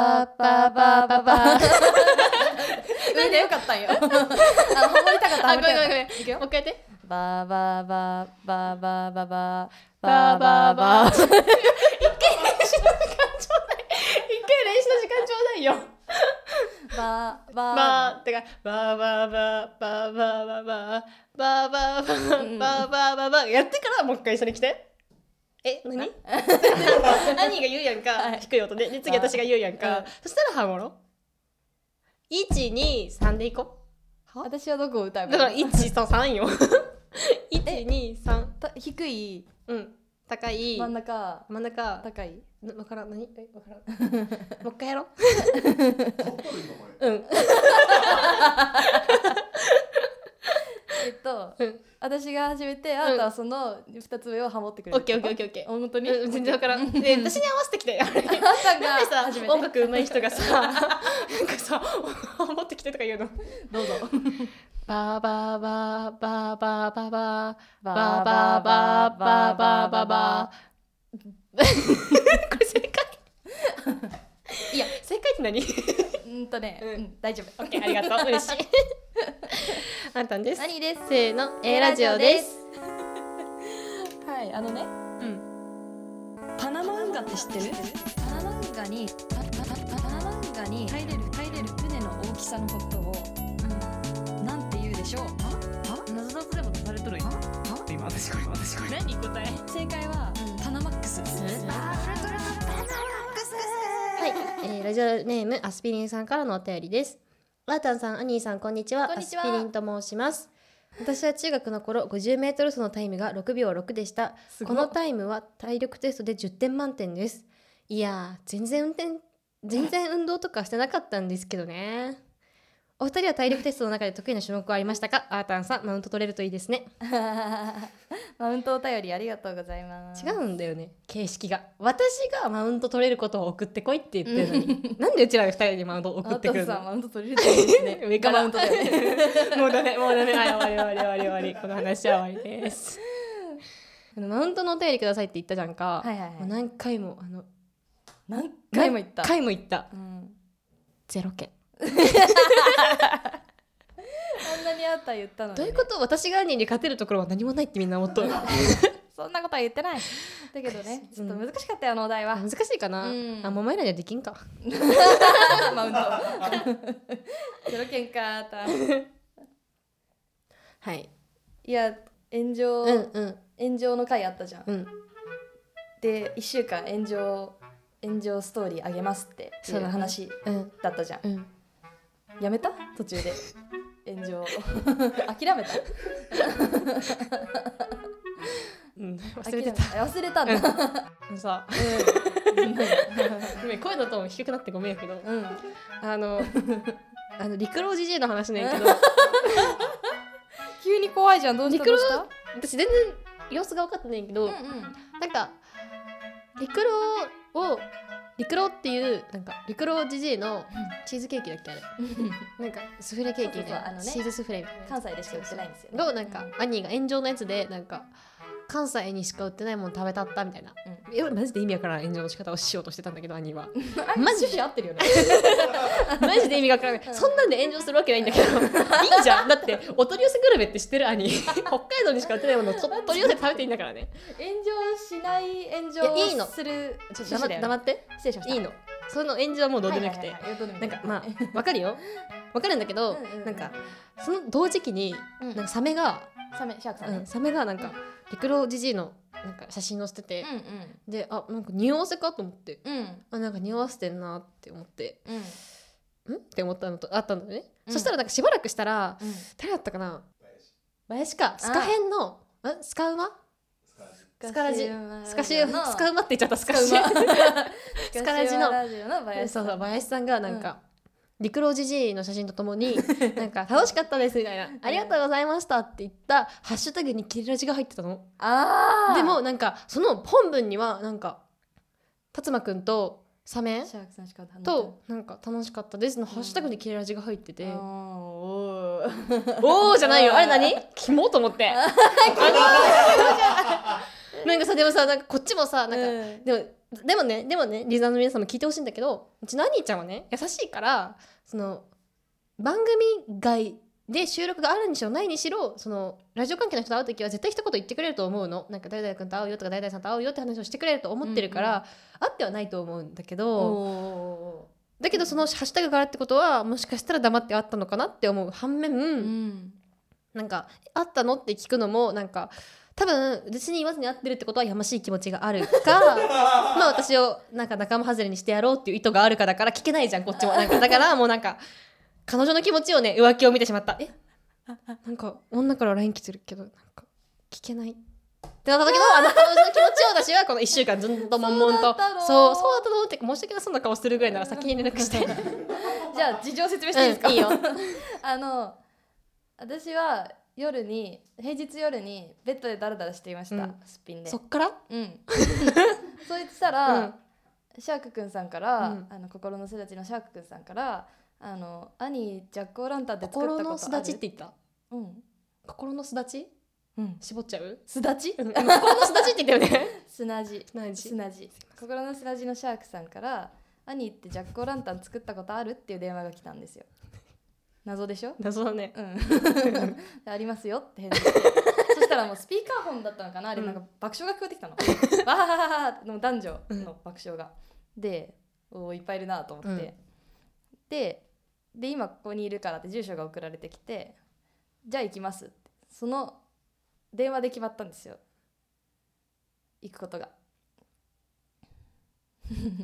ババババな なんんでよかったんよ あのハモりたかったあハごモめりんたごかめったんごめんいくよもう一回やってバーバーバーバーバーバーバーバーバーバーバーババーー 一回練習の時間ちょうだいよバーバーバーってかバーバーバーバーバーバーバーバーバーバーバーバーバーバーやってからもう一回一緒に来てえ何兄が言うやんはかい低い音でで次私が言うやんうかんそしたらハモろ123でいこう私はどこを歌えばだからいいの123よ123た低いうん高い真ん中真ん中高いなわからん何えわ からんもう一回やろううんえっとうん私が始めてあなたはその二つ上をハモってくれオるッケーオッケーオッケーオッケー本当にうん全然わからん。で、私に合わせてきて。あれあなたがなんでさ初め、て 音楽上手い人がさ、なんかさ、持ってきてとか言うの。どうぞバーバーバーバーバーバーバーババーバーバーバーバーバーバー。これ正解いや正解って何うんとね、うんうん、大丈夫オッケー、ありがとう。嬉しい。 あんたんです。何ですせーの、A ラジオです。 はいあのねうん。パナマ運河って知ってるパナマ運河にパパパパナマ運河に入れる入れる船の大きさのことを、なんて言うでしょう謎々でも出されとる今私これ私これ何答え正解は、パナマックスはい、えーラジオネームアスピリンさんからのお便りです。ワータンさん、アニーさん、こんにちは。こんにちはアスピリンと申します。私は中学の頃、50メートル走のタイムが6秒6でした。ごこのタイムは体力テストで10点満点です。いやー、全然運転、全然運動とかしてなかったんですけどね。お二人は体力テストの中で得意な種目はありましたか？アータンさん、マウント取れるといいですね。 マウントお便りありがとうございます違うんだよね形式が私がマウント取れることを送ってこいって言ってるの になんでうちらが2人にマウント送あっなてたくるさのマウント取れるといいですね 上からマウントだよね もうダメもうダメはい終わり終わり終わり終わりこの話は終わりです あのマウントのお便りくださいって言ったじゃんか、はいはいもうはい何回もあの何回も言った何回も言ったうんゼロ件あんなにあった言ったのにどね、ういうこと私が兄に勝てるところは何もないってみんな思っとる そんなことは言ってないだけどねちょっと難しかったよあのお題は難しいかな、うんあ桃井らにはできんかマウントゼロ件かあったはいいや炎上、うんうん炎上の回あったじゃん、うんで1週間炎上炎上ストーリーあげますっていそううだね話うんだったじゃんうんやめた途中で炎上 諦めたうん忘諦れめてたた忘れたんだあのさごめん声のトーン低くなってごめんやけどうん、うん、 あ のあの陸老じじいの話ねんけど急に怖いじゃんどうしたリどクロうした私全然様子が分かってないんやけど、うんうんなんか陸老を陸老っていうなんか陸老じじいのチーズケーキだっけあれなんかスフレケーキみたいそうそうそうなあのねチーズスフレみたいな 関西でしか売ってないんですよねのなんか、兄が炎上のやつでなんか関西にしか売ってないもの食べたったみたいな、いやマジで意味わからん炎上の仕方をしようとしてたんだけど兄はうん、マジで合ってるよね マジで意味がわからない、 そんなんで炎上するわけないんだけ どいいじゃんだってお取り寄せグルメって知ってる兄北海道にしか売ってないものをと取り寄せて食べていいんだからね炎上しない炎上いやいいのをするちょっと趣旨だ黙よね黙って失礼しましたいいのその炎上はもうどうでもよくて、はいはいはいどうでもよなんくかてま あわかるよわかるんだけど、うんうんうんなんかその同時期に、うんなんかサメが、サメシャークさんうねん、サメがなんか陸老じじいのなんか写真載せてて、うであなんか匂わせかと思ってんうんうんあなんか匂わせてんなって思ってうんんって思ったのとあったんだよね、うんそしたらなんかしばらくしたらうん誰だったかな林かスカ編のんスカウマスカラジスカシスカウマって言っちゃったスカシスカウマスカラジのラジオの林そさうんそう林さんがなんか、陸老じじいの写真ととも になんか楽しかったですみたいなありがとうございましたって言ったハッシュタグに切れラジが入ってたのあーでもなんかその本文にはなんか辰馬くんとサメシャークさんしか頼んでないとなんか楽しかったですのハッシュタグに切れラジが入ってて、あーおー おーじゃないよあれ何キモと思 ってあのなんかさでもさなんかこっちもさなんか、うんでもでもねでもねリザーの皆さんも聞いてほしいんだけどうちの兄ちゃんはね優しいからその番組外で収録があるにしろないにしろそのラジオ関係の人と会う時は絶対一言言ってくれると思うのなんか誰々君と会うよとか誰々さんと会うよって話をしてくれると思ってるから、うん会ってはないと思うんだけおどおだけどその「ハッシュタグから」ってことはもしかしたら黙って会ったのかなって思う反面、ーうんなんか「会ったの?」って聞くのもなんか多分別に言わずに会ってるってことはやましい気持ちが あるかまあ私をなんか仲間外れにしてやろうっていう意図があるかだから聞けないじゃんこっちもなんかだからもうなんか彼女の気持ちをね浮気を見てしまったえなんか女から LINE 来てるけどなんか聞けないってなった時のあの彼女の気持ちを私はこの1週間ずっと悶々そとうだったのそうそうだったのって申し訳なそうな顔してるぐらいなら先に連 絡して、じゃあ事情説明していいですか、うんいいよ あの私は夜に平日夜にベッドでダラダラしていました、うんすっぴんでそっからうん そう言ってたら、うんシャークくんさんから、うんあの心の巣立ちのシャークくんささんからあの兄ジャックオーランタンで作ったことあ心るのすだちって言ったうん心のすだちうん絞っちゃうすだちうん今心のすだちって言ったよね。砂地何時砂地心の砂地のシャークさんから兄ってジャックオーランタン作ったことあるっていう電話が来たん ですよ謎でしょ謎だね。うん ありますよって返事してそしたらもうスピーカーフォンだったのかなあれうんなんか爆笑が聞こえてきたのわははははの男女の爆笑が、でおーいっぱいいるなと思って、うんでで今ここにいるからって住所が送られてきてじゃあ行きますってその電話で決まったんですよ行くことが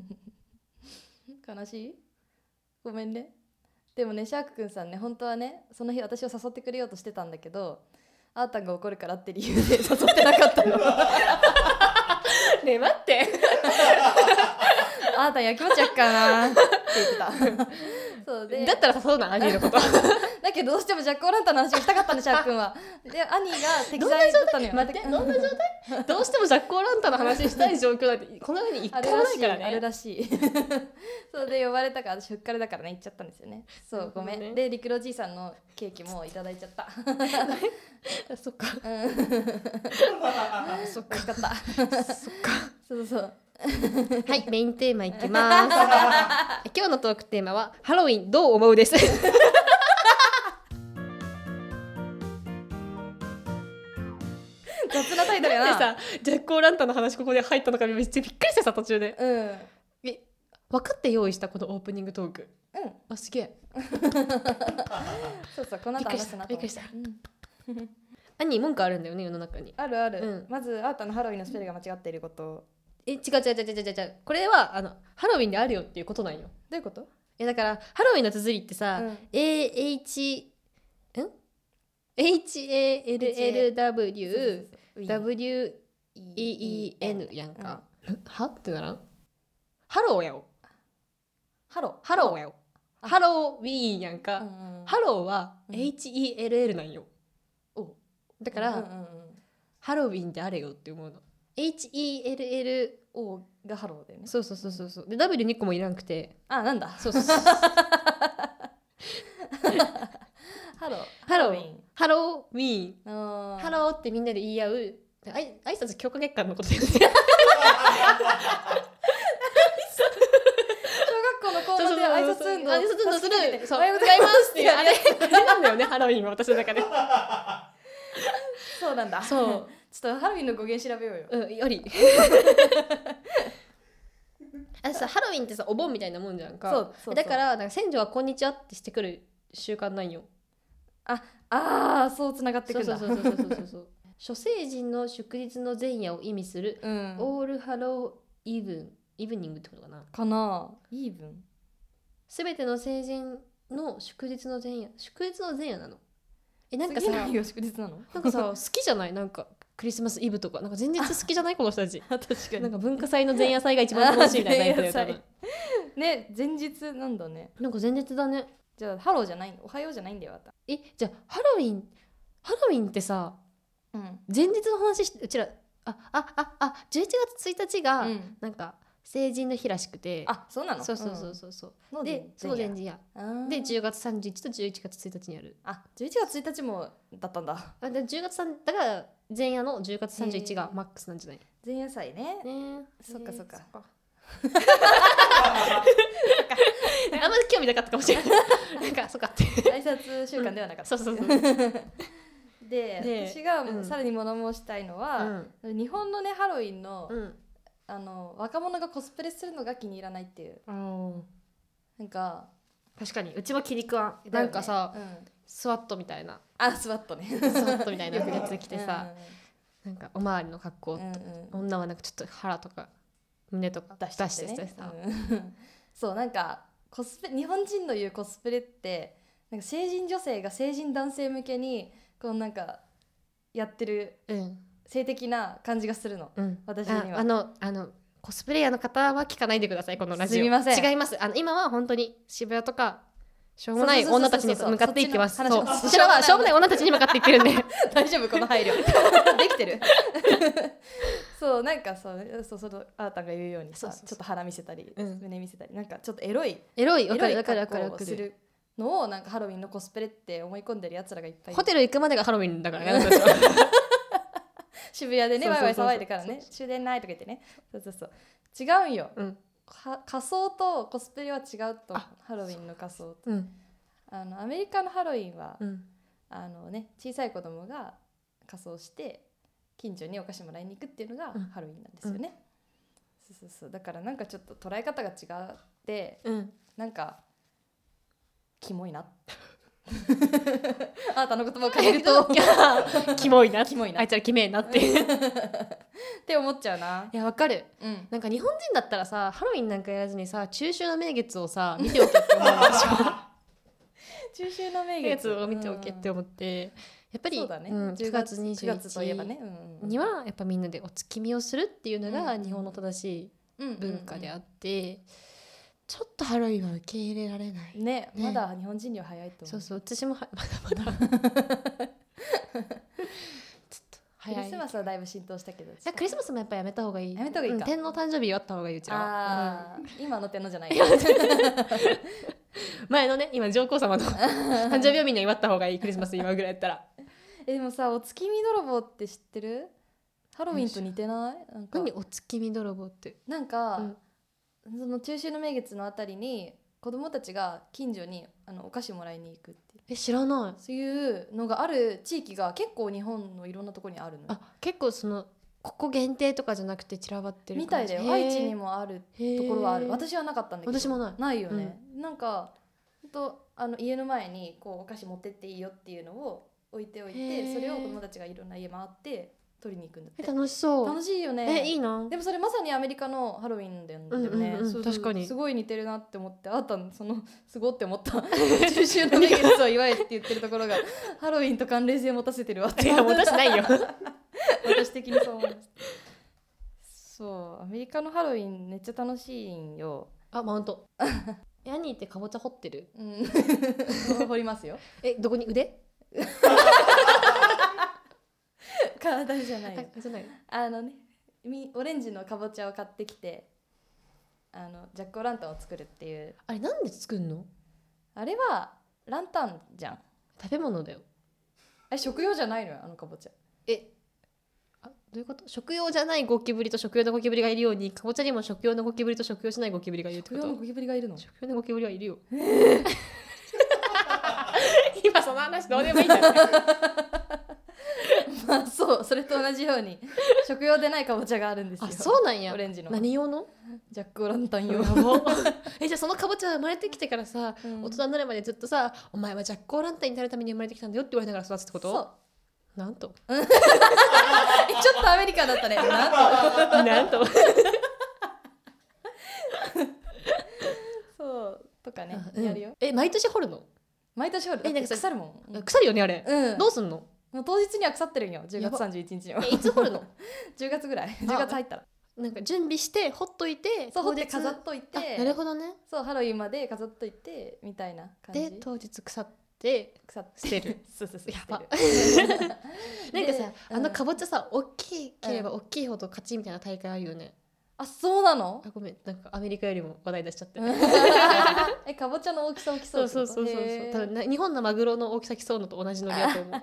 悲しいごめんねでもねシャークくんさんね本当はねその日私を誘ってくれようとしてたんだけどあーたんが怒るからって理由で誘ってなかった のあねえ待って。ーたんやきもちやっかなって言ってたそうでだったら誘うな兄のこと。だけどどうしてもジャック・オーランタンの話をしたかったのシャーク君は。で兄が適どん材なだ状ったのよ態？。待ってどんな状態？どうしてもジャックオーランタンの話したい状況だってこの世に一あれ回らもなしいい、からあれね。らしい そうで呼ばれたから私ふっかるだからね行っちゃったんですよねそなうるほごどねめん、で陸郎じいさんのケーキもいただいちゃ ったあそっか。そっかよかったそっかそうそうはいメインテーマいきます。 今日のトークテーマはハロウィンどう思うです。雑なタイトルやなさジャックオーランタンの話ここで入ったのかめっちゃびっくりしてさ途中で。うんえ分かって用意したこのオープニングトーク。うんあすげえ。そうそうこの後話すなとび思っっくてりしたうん 兄文句あるんだよね世の中に。あるある、うんまずあーたのハロウィンのスペルが間違っていることえ違う違う違う違う違う違うこれはあのハロウィンであるよっていうことなんよどういうことえだからハロウィンの綴りってさ、うん AH ん ?HALLWWEEN そうそうそうやんか、んはってならんハローやおハロハローやおあハローウィーンやんか、ーうんうんハローはうん HELL なんよ、おだから、うんうんうんハロウィンであれよって思うの HELL おがハローだよねそうそうそうそうそうで W2 個もいらなくてあなんだそうそうそうハロー ハローウィンハローウィーン。あーハローってみんなで言い合う。あい挨拶強化月間のことだよ ね。小学校の校庭で挨拶運動挨拶運動す助けてる。そう。おおははよよううござございいまますすっってていいううああれれあれ なんだよねハロウィンは私の中で。そうなんだそう。 ちょっとハロウィンの語源調べようようんよ り。あさハロウィンってさお盆みたいなもんじゃんか。そうそうそうだからなんか先祖はこんにちはってしてくる習慣なんよ。ああそうつながってくそんうそだうそうそうそうそうそう。諸聖人の祝日の前夜を意味する、うんオールハローイブンイブニングってことかな。かなイーブンすべての成人の祝日の前夜祝日の前夜なのえなんかさ次のな日が祝日なのんかさ好きじゃないなんかクリスマスイブとかなんか前日好きじゃないこの人たち確かなんか文化祭の前夜祭が一番楽しいみたい なタイプだよ多前夜分祭ね前日なんだねなんか前日だねじゃあハローじゃないおはようじゃないんだよあたえじゃあハロウィンハロウィンってさうん前日の話してうちらああああ11月1日が、うんなんか成人の日らしくてあそうなのそうそうそうそうそう、うんでそのの前前日日やあーで10月31日と11月1日にやるあ11月1日もだったんだあで10月3だから前夜の10月31へーがマックスなんじゃない前夜祭ねねそっかそっかあんまり興味なかったかもしれない なんかそうかって挨拶習慣ではなか った、そうそうそうでね私がうんさらに物申したいのは、日本のねハロウィンの,、うんあの若者がコスプレするのが気に入らないっていううんなんか確かにうちも気に食わんなんかさ、うんスワットみたいなあスワットね スワットみたいなやつ着てさ、なんかおまわりの格好うんうんうん女はなんかちょっと腹とか胸とか出しちゃって出ねしてさ、うんそうなんかコスプレ日本人の言うコスプレってなんか成人女性が成人男性向けにこうなんかやってるうん性的な感じがするのうん、私にはああのあのコスプレイヤーの方は聞かないでくださいこのラジオすみません違いますあの今は本当に渋谷とかしょうもないそうそうそうそう女たちに向かっていってますそっそうちの話こちらはしょうもない女たちに向かっていってるんで大丈夫この配 慮できてる そうなんかそうそうそのあーたんが言うようにさそうそうそうちょっと腹見せたり、うん胸見せたりなんかちょっとエロいエロい エわロかいるわかるわか格好るわをかするるのをなんかハロウィンのコスプレって思い込んでるやつらがいっぱいいるホテル行くまでがハロウィンだからね私たちは渋谷でねそうワそイうそワイ騒うそういでからね終電ないとか言ってねそうそうそう違うんようんは仮装とコスプレは違うとあハロウィンの仮装うんあのアメリカのハロウィンは、うんあのね小さい子供が仮装して近所にお菓子もらいに行くっていうのがうんハロウィンなんですよね、そうそうそうだからなんかちょっと捉え方が違ってうんなんかキモい なあなたの言葉を変える とキモいなキモいなあいつらキメえなっていって思っちゃうなやわかるうんなんか日本人だったらさハロウィンなんかやらずにさ中秋の名月をさ見ておけって思う私は 中秋の名9月月を見ておけって思って、やっぱりそうだね、ん、 10 9月21 9月といえばね、うんうんにはやっぱみんなでお月見をするっていうのうがん日本の正しい文化である、って、ちょっとハロウィンは受け入れられない、ねねまだ日本人には早いと思うそうそう私もはまだまだ ちょっとク早リいスマスはだいぶ浸透したけどいやクリスマスもやっぱやめた方がいいやめた方がいいかうん天皇誕生日あった方がいいうちらは、ああー、今の天皇じゃないうん前のね今上皇 様の誕生日をみんな祝った方がいいクリスマス今ぐらいやったらえでもさお月見泥棒って知ってるハロウィンと似てないなんか何お月見泥棒ってなんか、うんその中秋の名月のあたりに子供たちが近所にあのお菓子もらいに行くっていうえ知らないそういうのがある地域が結構日本のいろんなところにあるのよあ結構そのここ限定とかじゃなくて散らばってるみたいだよ愛知にもあるところはある私はなかったんだけど私もないないよね、なんかほんとあの家の前にこうお菓子持ってっていいよっていうのを置いておいへてーそれを子供たちがいろんな家回って取りに行くんだってえ楽しそう楽しいよねえいいなでもそれまさにアメリカのハロウィンだよね、うんうんうんそうそう確かにすごい似てるなって思ってあったのそのすごって思った中 秋の名月を祝えって言ってるところがハロウィンと関連性持たせてるわっていや 私ないよ私的にそう思いましたそうアメリカのハロウィンめっちゃ楽しいんよ、 あマウン トヤニーってかぼちゃ掘ってるうん掘りますよえどこに腕 体じゃなあいよじゃないあのねみオレンジのかぼちゃを買ってきてあのジャック・オ'ランタンを作るっていうあれなんで作んのあれはランタンじゃんあ食べ物だよれ食用じゃないのよあのかぼちゃえあどういうこと食用じゃないゴキブリと食用のゴキブリがいるようにかぼちゃにも食用のゴキブリと食用しないゴキブリがいるって食こ用のとゴキブリがいるの食用のゴキブリはいるよ 今その話どうでもいいん だよ まあそうそれと同じよう に食用でないかぼちゃがあるんですよあそうなんやオレンジの何用のジャック・オランタンや用、ばえじゃあそのかぼちゃは生まれてきてからさ、うん大人になるまでずっとさ「お前はジャック・オーランタンになるために生まれてきたんだよ」って言われながら育つってことそうなんとえちょっとアメリカだったねなんと なんとそうとかね、うんやるよえ毎年掘るの毎年おるえなんかさ腐るもん、うん腐るよねあれ、うんどうすんのもう当日には腐ってるんよ10や月ば31日にはえいつ掘る の10月ぐらい10月入ったら なんか準備して掘っといてそう掘当って日飾っといあてなるほどねそうハロウィンまで飾っといてみたいな感じで当日腐って腐って捨てるそうそうそうやば捨てるなんかさ、であのうんかぼちゃさ大きければ大きいほど勝ちみたいな大会あるよね、 あそうなのあごめんなんかアメリカよりも話題出しちゃって、 えかぼちゃの大きさを競そうってそこうとそうそうそうへー多分な日本のマグロの大きさ競うのと同じノリだと思う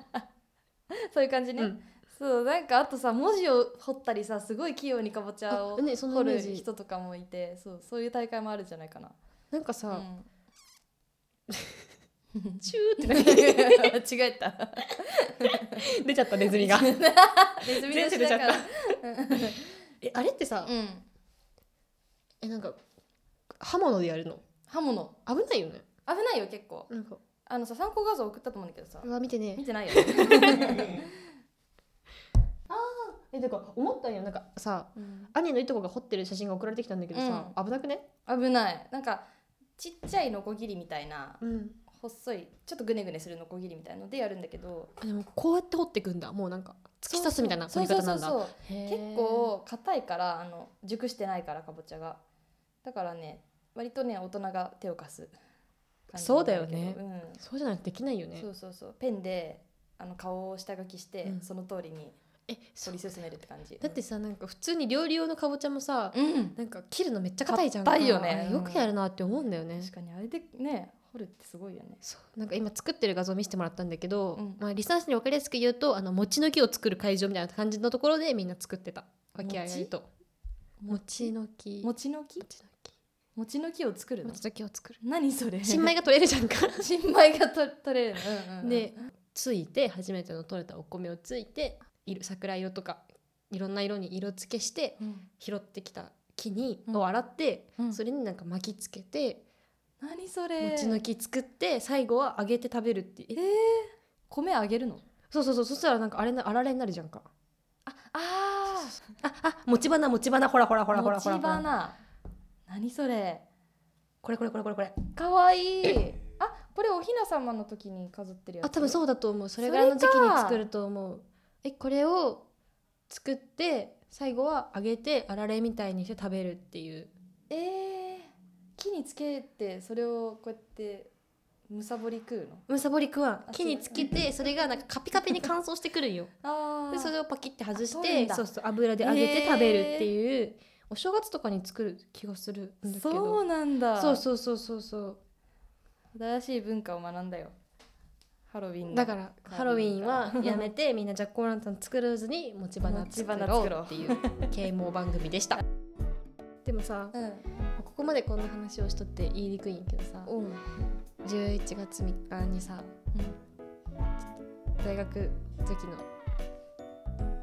そういう感じね、うんそうなんかあとさ文字を彫ったりさすごい器用にかぼちゃをあねそんな彫イメーるジ人とかもいてそうそういう大会もあるんじゃないかな。なんかさ、うん チューって間違えた。 出ちゃったネズミ がネズミ年だか全ら。えあれってさ、うん。えなんか刃物でやるの刃物。危ないよね危ないよ結構。なんかあのさ参考画像送ったと思うんだけどさう。わ見てね見て ないよ。えだから思ったんよなんかさうん兄のいとこが彫ってる写真が送られてきたんだけどさ、危なくね危ない。なんかちっちゃいノコギリみたいなうん細いちょっとグネグネするノコギリみたいのでやるんだけど。あでもこうやって彫っていくんだもうなんか突き刺すみたいな彫り方なそんうだそうそうそう結構硬いからあの熟してないからかぼちゃがだからね割とね大人が手を貸す感じそうだよねうんそうじゃないとできないよねそうそうそうペンであの顔を下書きして、うんその通りにえ取り進めるって感じだってさなんか普通に料理用のかぼちゃもさうん、うんなんか切るのめっちゃ硬いじゃんか硬いよねあれよくやるなって思うんだよね、確かにあれでね掘るってすごいよねそうなんか今作ってる画像見せてもらったんだけど、うんまあ、リサーチに分かりやすく言うとあの餅の木を作る会場みたいな感じのところでみんな作ってたわけあいあいと餅の木餅の木餅の木餅の木を作るの餅の木を作る何それ新米が取れるじゃんか 新米がと取れるの、うんうんうん、でついて初めての取れたお米をついて色桜色とかいろんな色に色付けしてうん拾ってきた木に、うんを洗って、うんそれになんか巻きつけて何それ餅の木作って最後は揚げて食べるっていう、えー、米あげるのそうそうそうそしたらなんかあれなあられになるじゃんかああーああ持ち花持ち花ほらほらほらほらほら持ち花何それこれこれこれこれこれかわいいあこれおひな様の時に飾ってるやつあ多分うそうだと思うそれぐらいの時期それにか作ると思うえこれを作って最後は揚げてあられみたいにして食べるっていうえー、木につけてそれをこうやってむさぼり食うのむさぼり食わあん木につけてそれがなんかカピカピに乾燥してくるんよ あでそれをパキって外しあ取るんてだそうそう油で揚げて食べるっていう、お正月とかに作る気がするんだけそうどなんだそうそうそうそうそう新しい文化を学んだよハロウィンのだからハロウィーンはやめてみんなジャック・オーランタン作らずに持ち花作ろうっていう啓蒙番組 でしたでもさうんここまでこんな話をしとって言いにくいんやけどさうん11月3日にさ、大学時の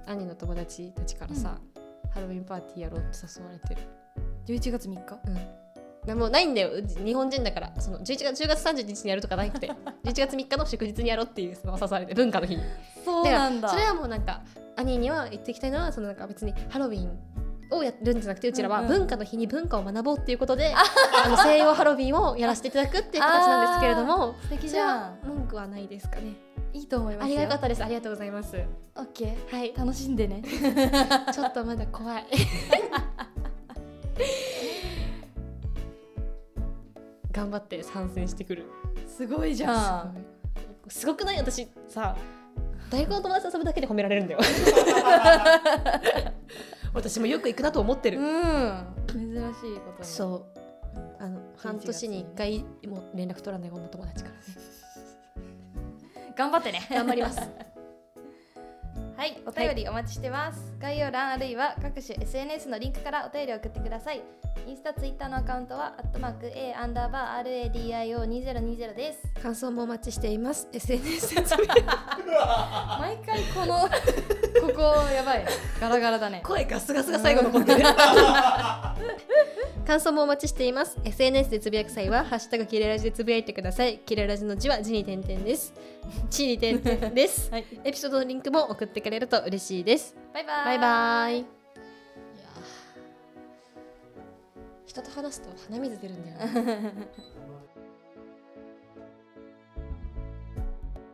兄の友達たちからさ、ハロウィンパーティーやろうって誘われてる11月3日なもうないんだようち日本人だからその11月10月31日にやるとかな くて11月3日の祝日にやろうっていうその誘われて文化の日そうなんだそれはもうなんか兄には言っていきたいのはそのなんか別にハロウィンをやるんじゃなくてうちらはうんうん文化の日に文化を学ぼうっていうこと で、あの西洋ハロウィンをやらせていただくっていう形なんですけれども素敵そじれゃはん文句はないですかねいいと思いまあすりよがよかったですありがとうございますオッケーはい楽しんでね ちょっとまだ怖い頑張って参戦してくるすごいじゃんすごくない私さ 大学の友達と遊ぶだけで褒められる んだよ私もよく行くなと思ってる、うん珍しいことにそうあの半年に1回もう連絡取らない女友達からね頑張ってね頑張ります はいお便りお待ちしてます、概要欄あるいは各種 SNS のリンクからお便りを送ってくださいインスタツイッターのアカウントはアットマーク A アンダーバー RADIO2020 です 感想もお待ちしています SNS で毎回こ のここやばいガラガラだね声ガスガスが最後残ってる感想もお待ちしています SNS でつぶやく際は「ハッシュタグキレラジ」でつぶやいてくださいキレラジの字は字に点々です 地に点々ですはいエピソードのリンクも送ってくれると嬉しいですバイバイバイバイ。人と話すと鼻水出るんだよね。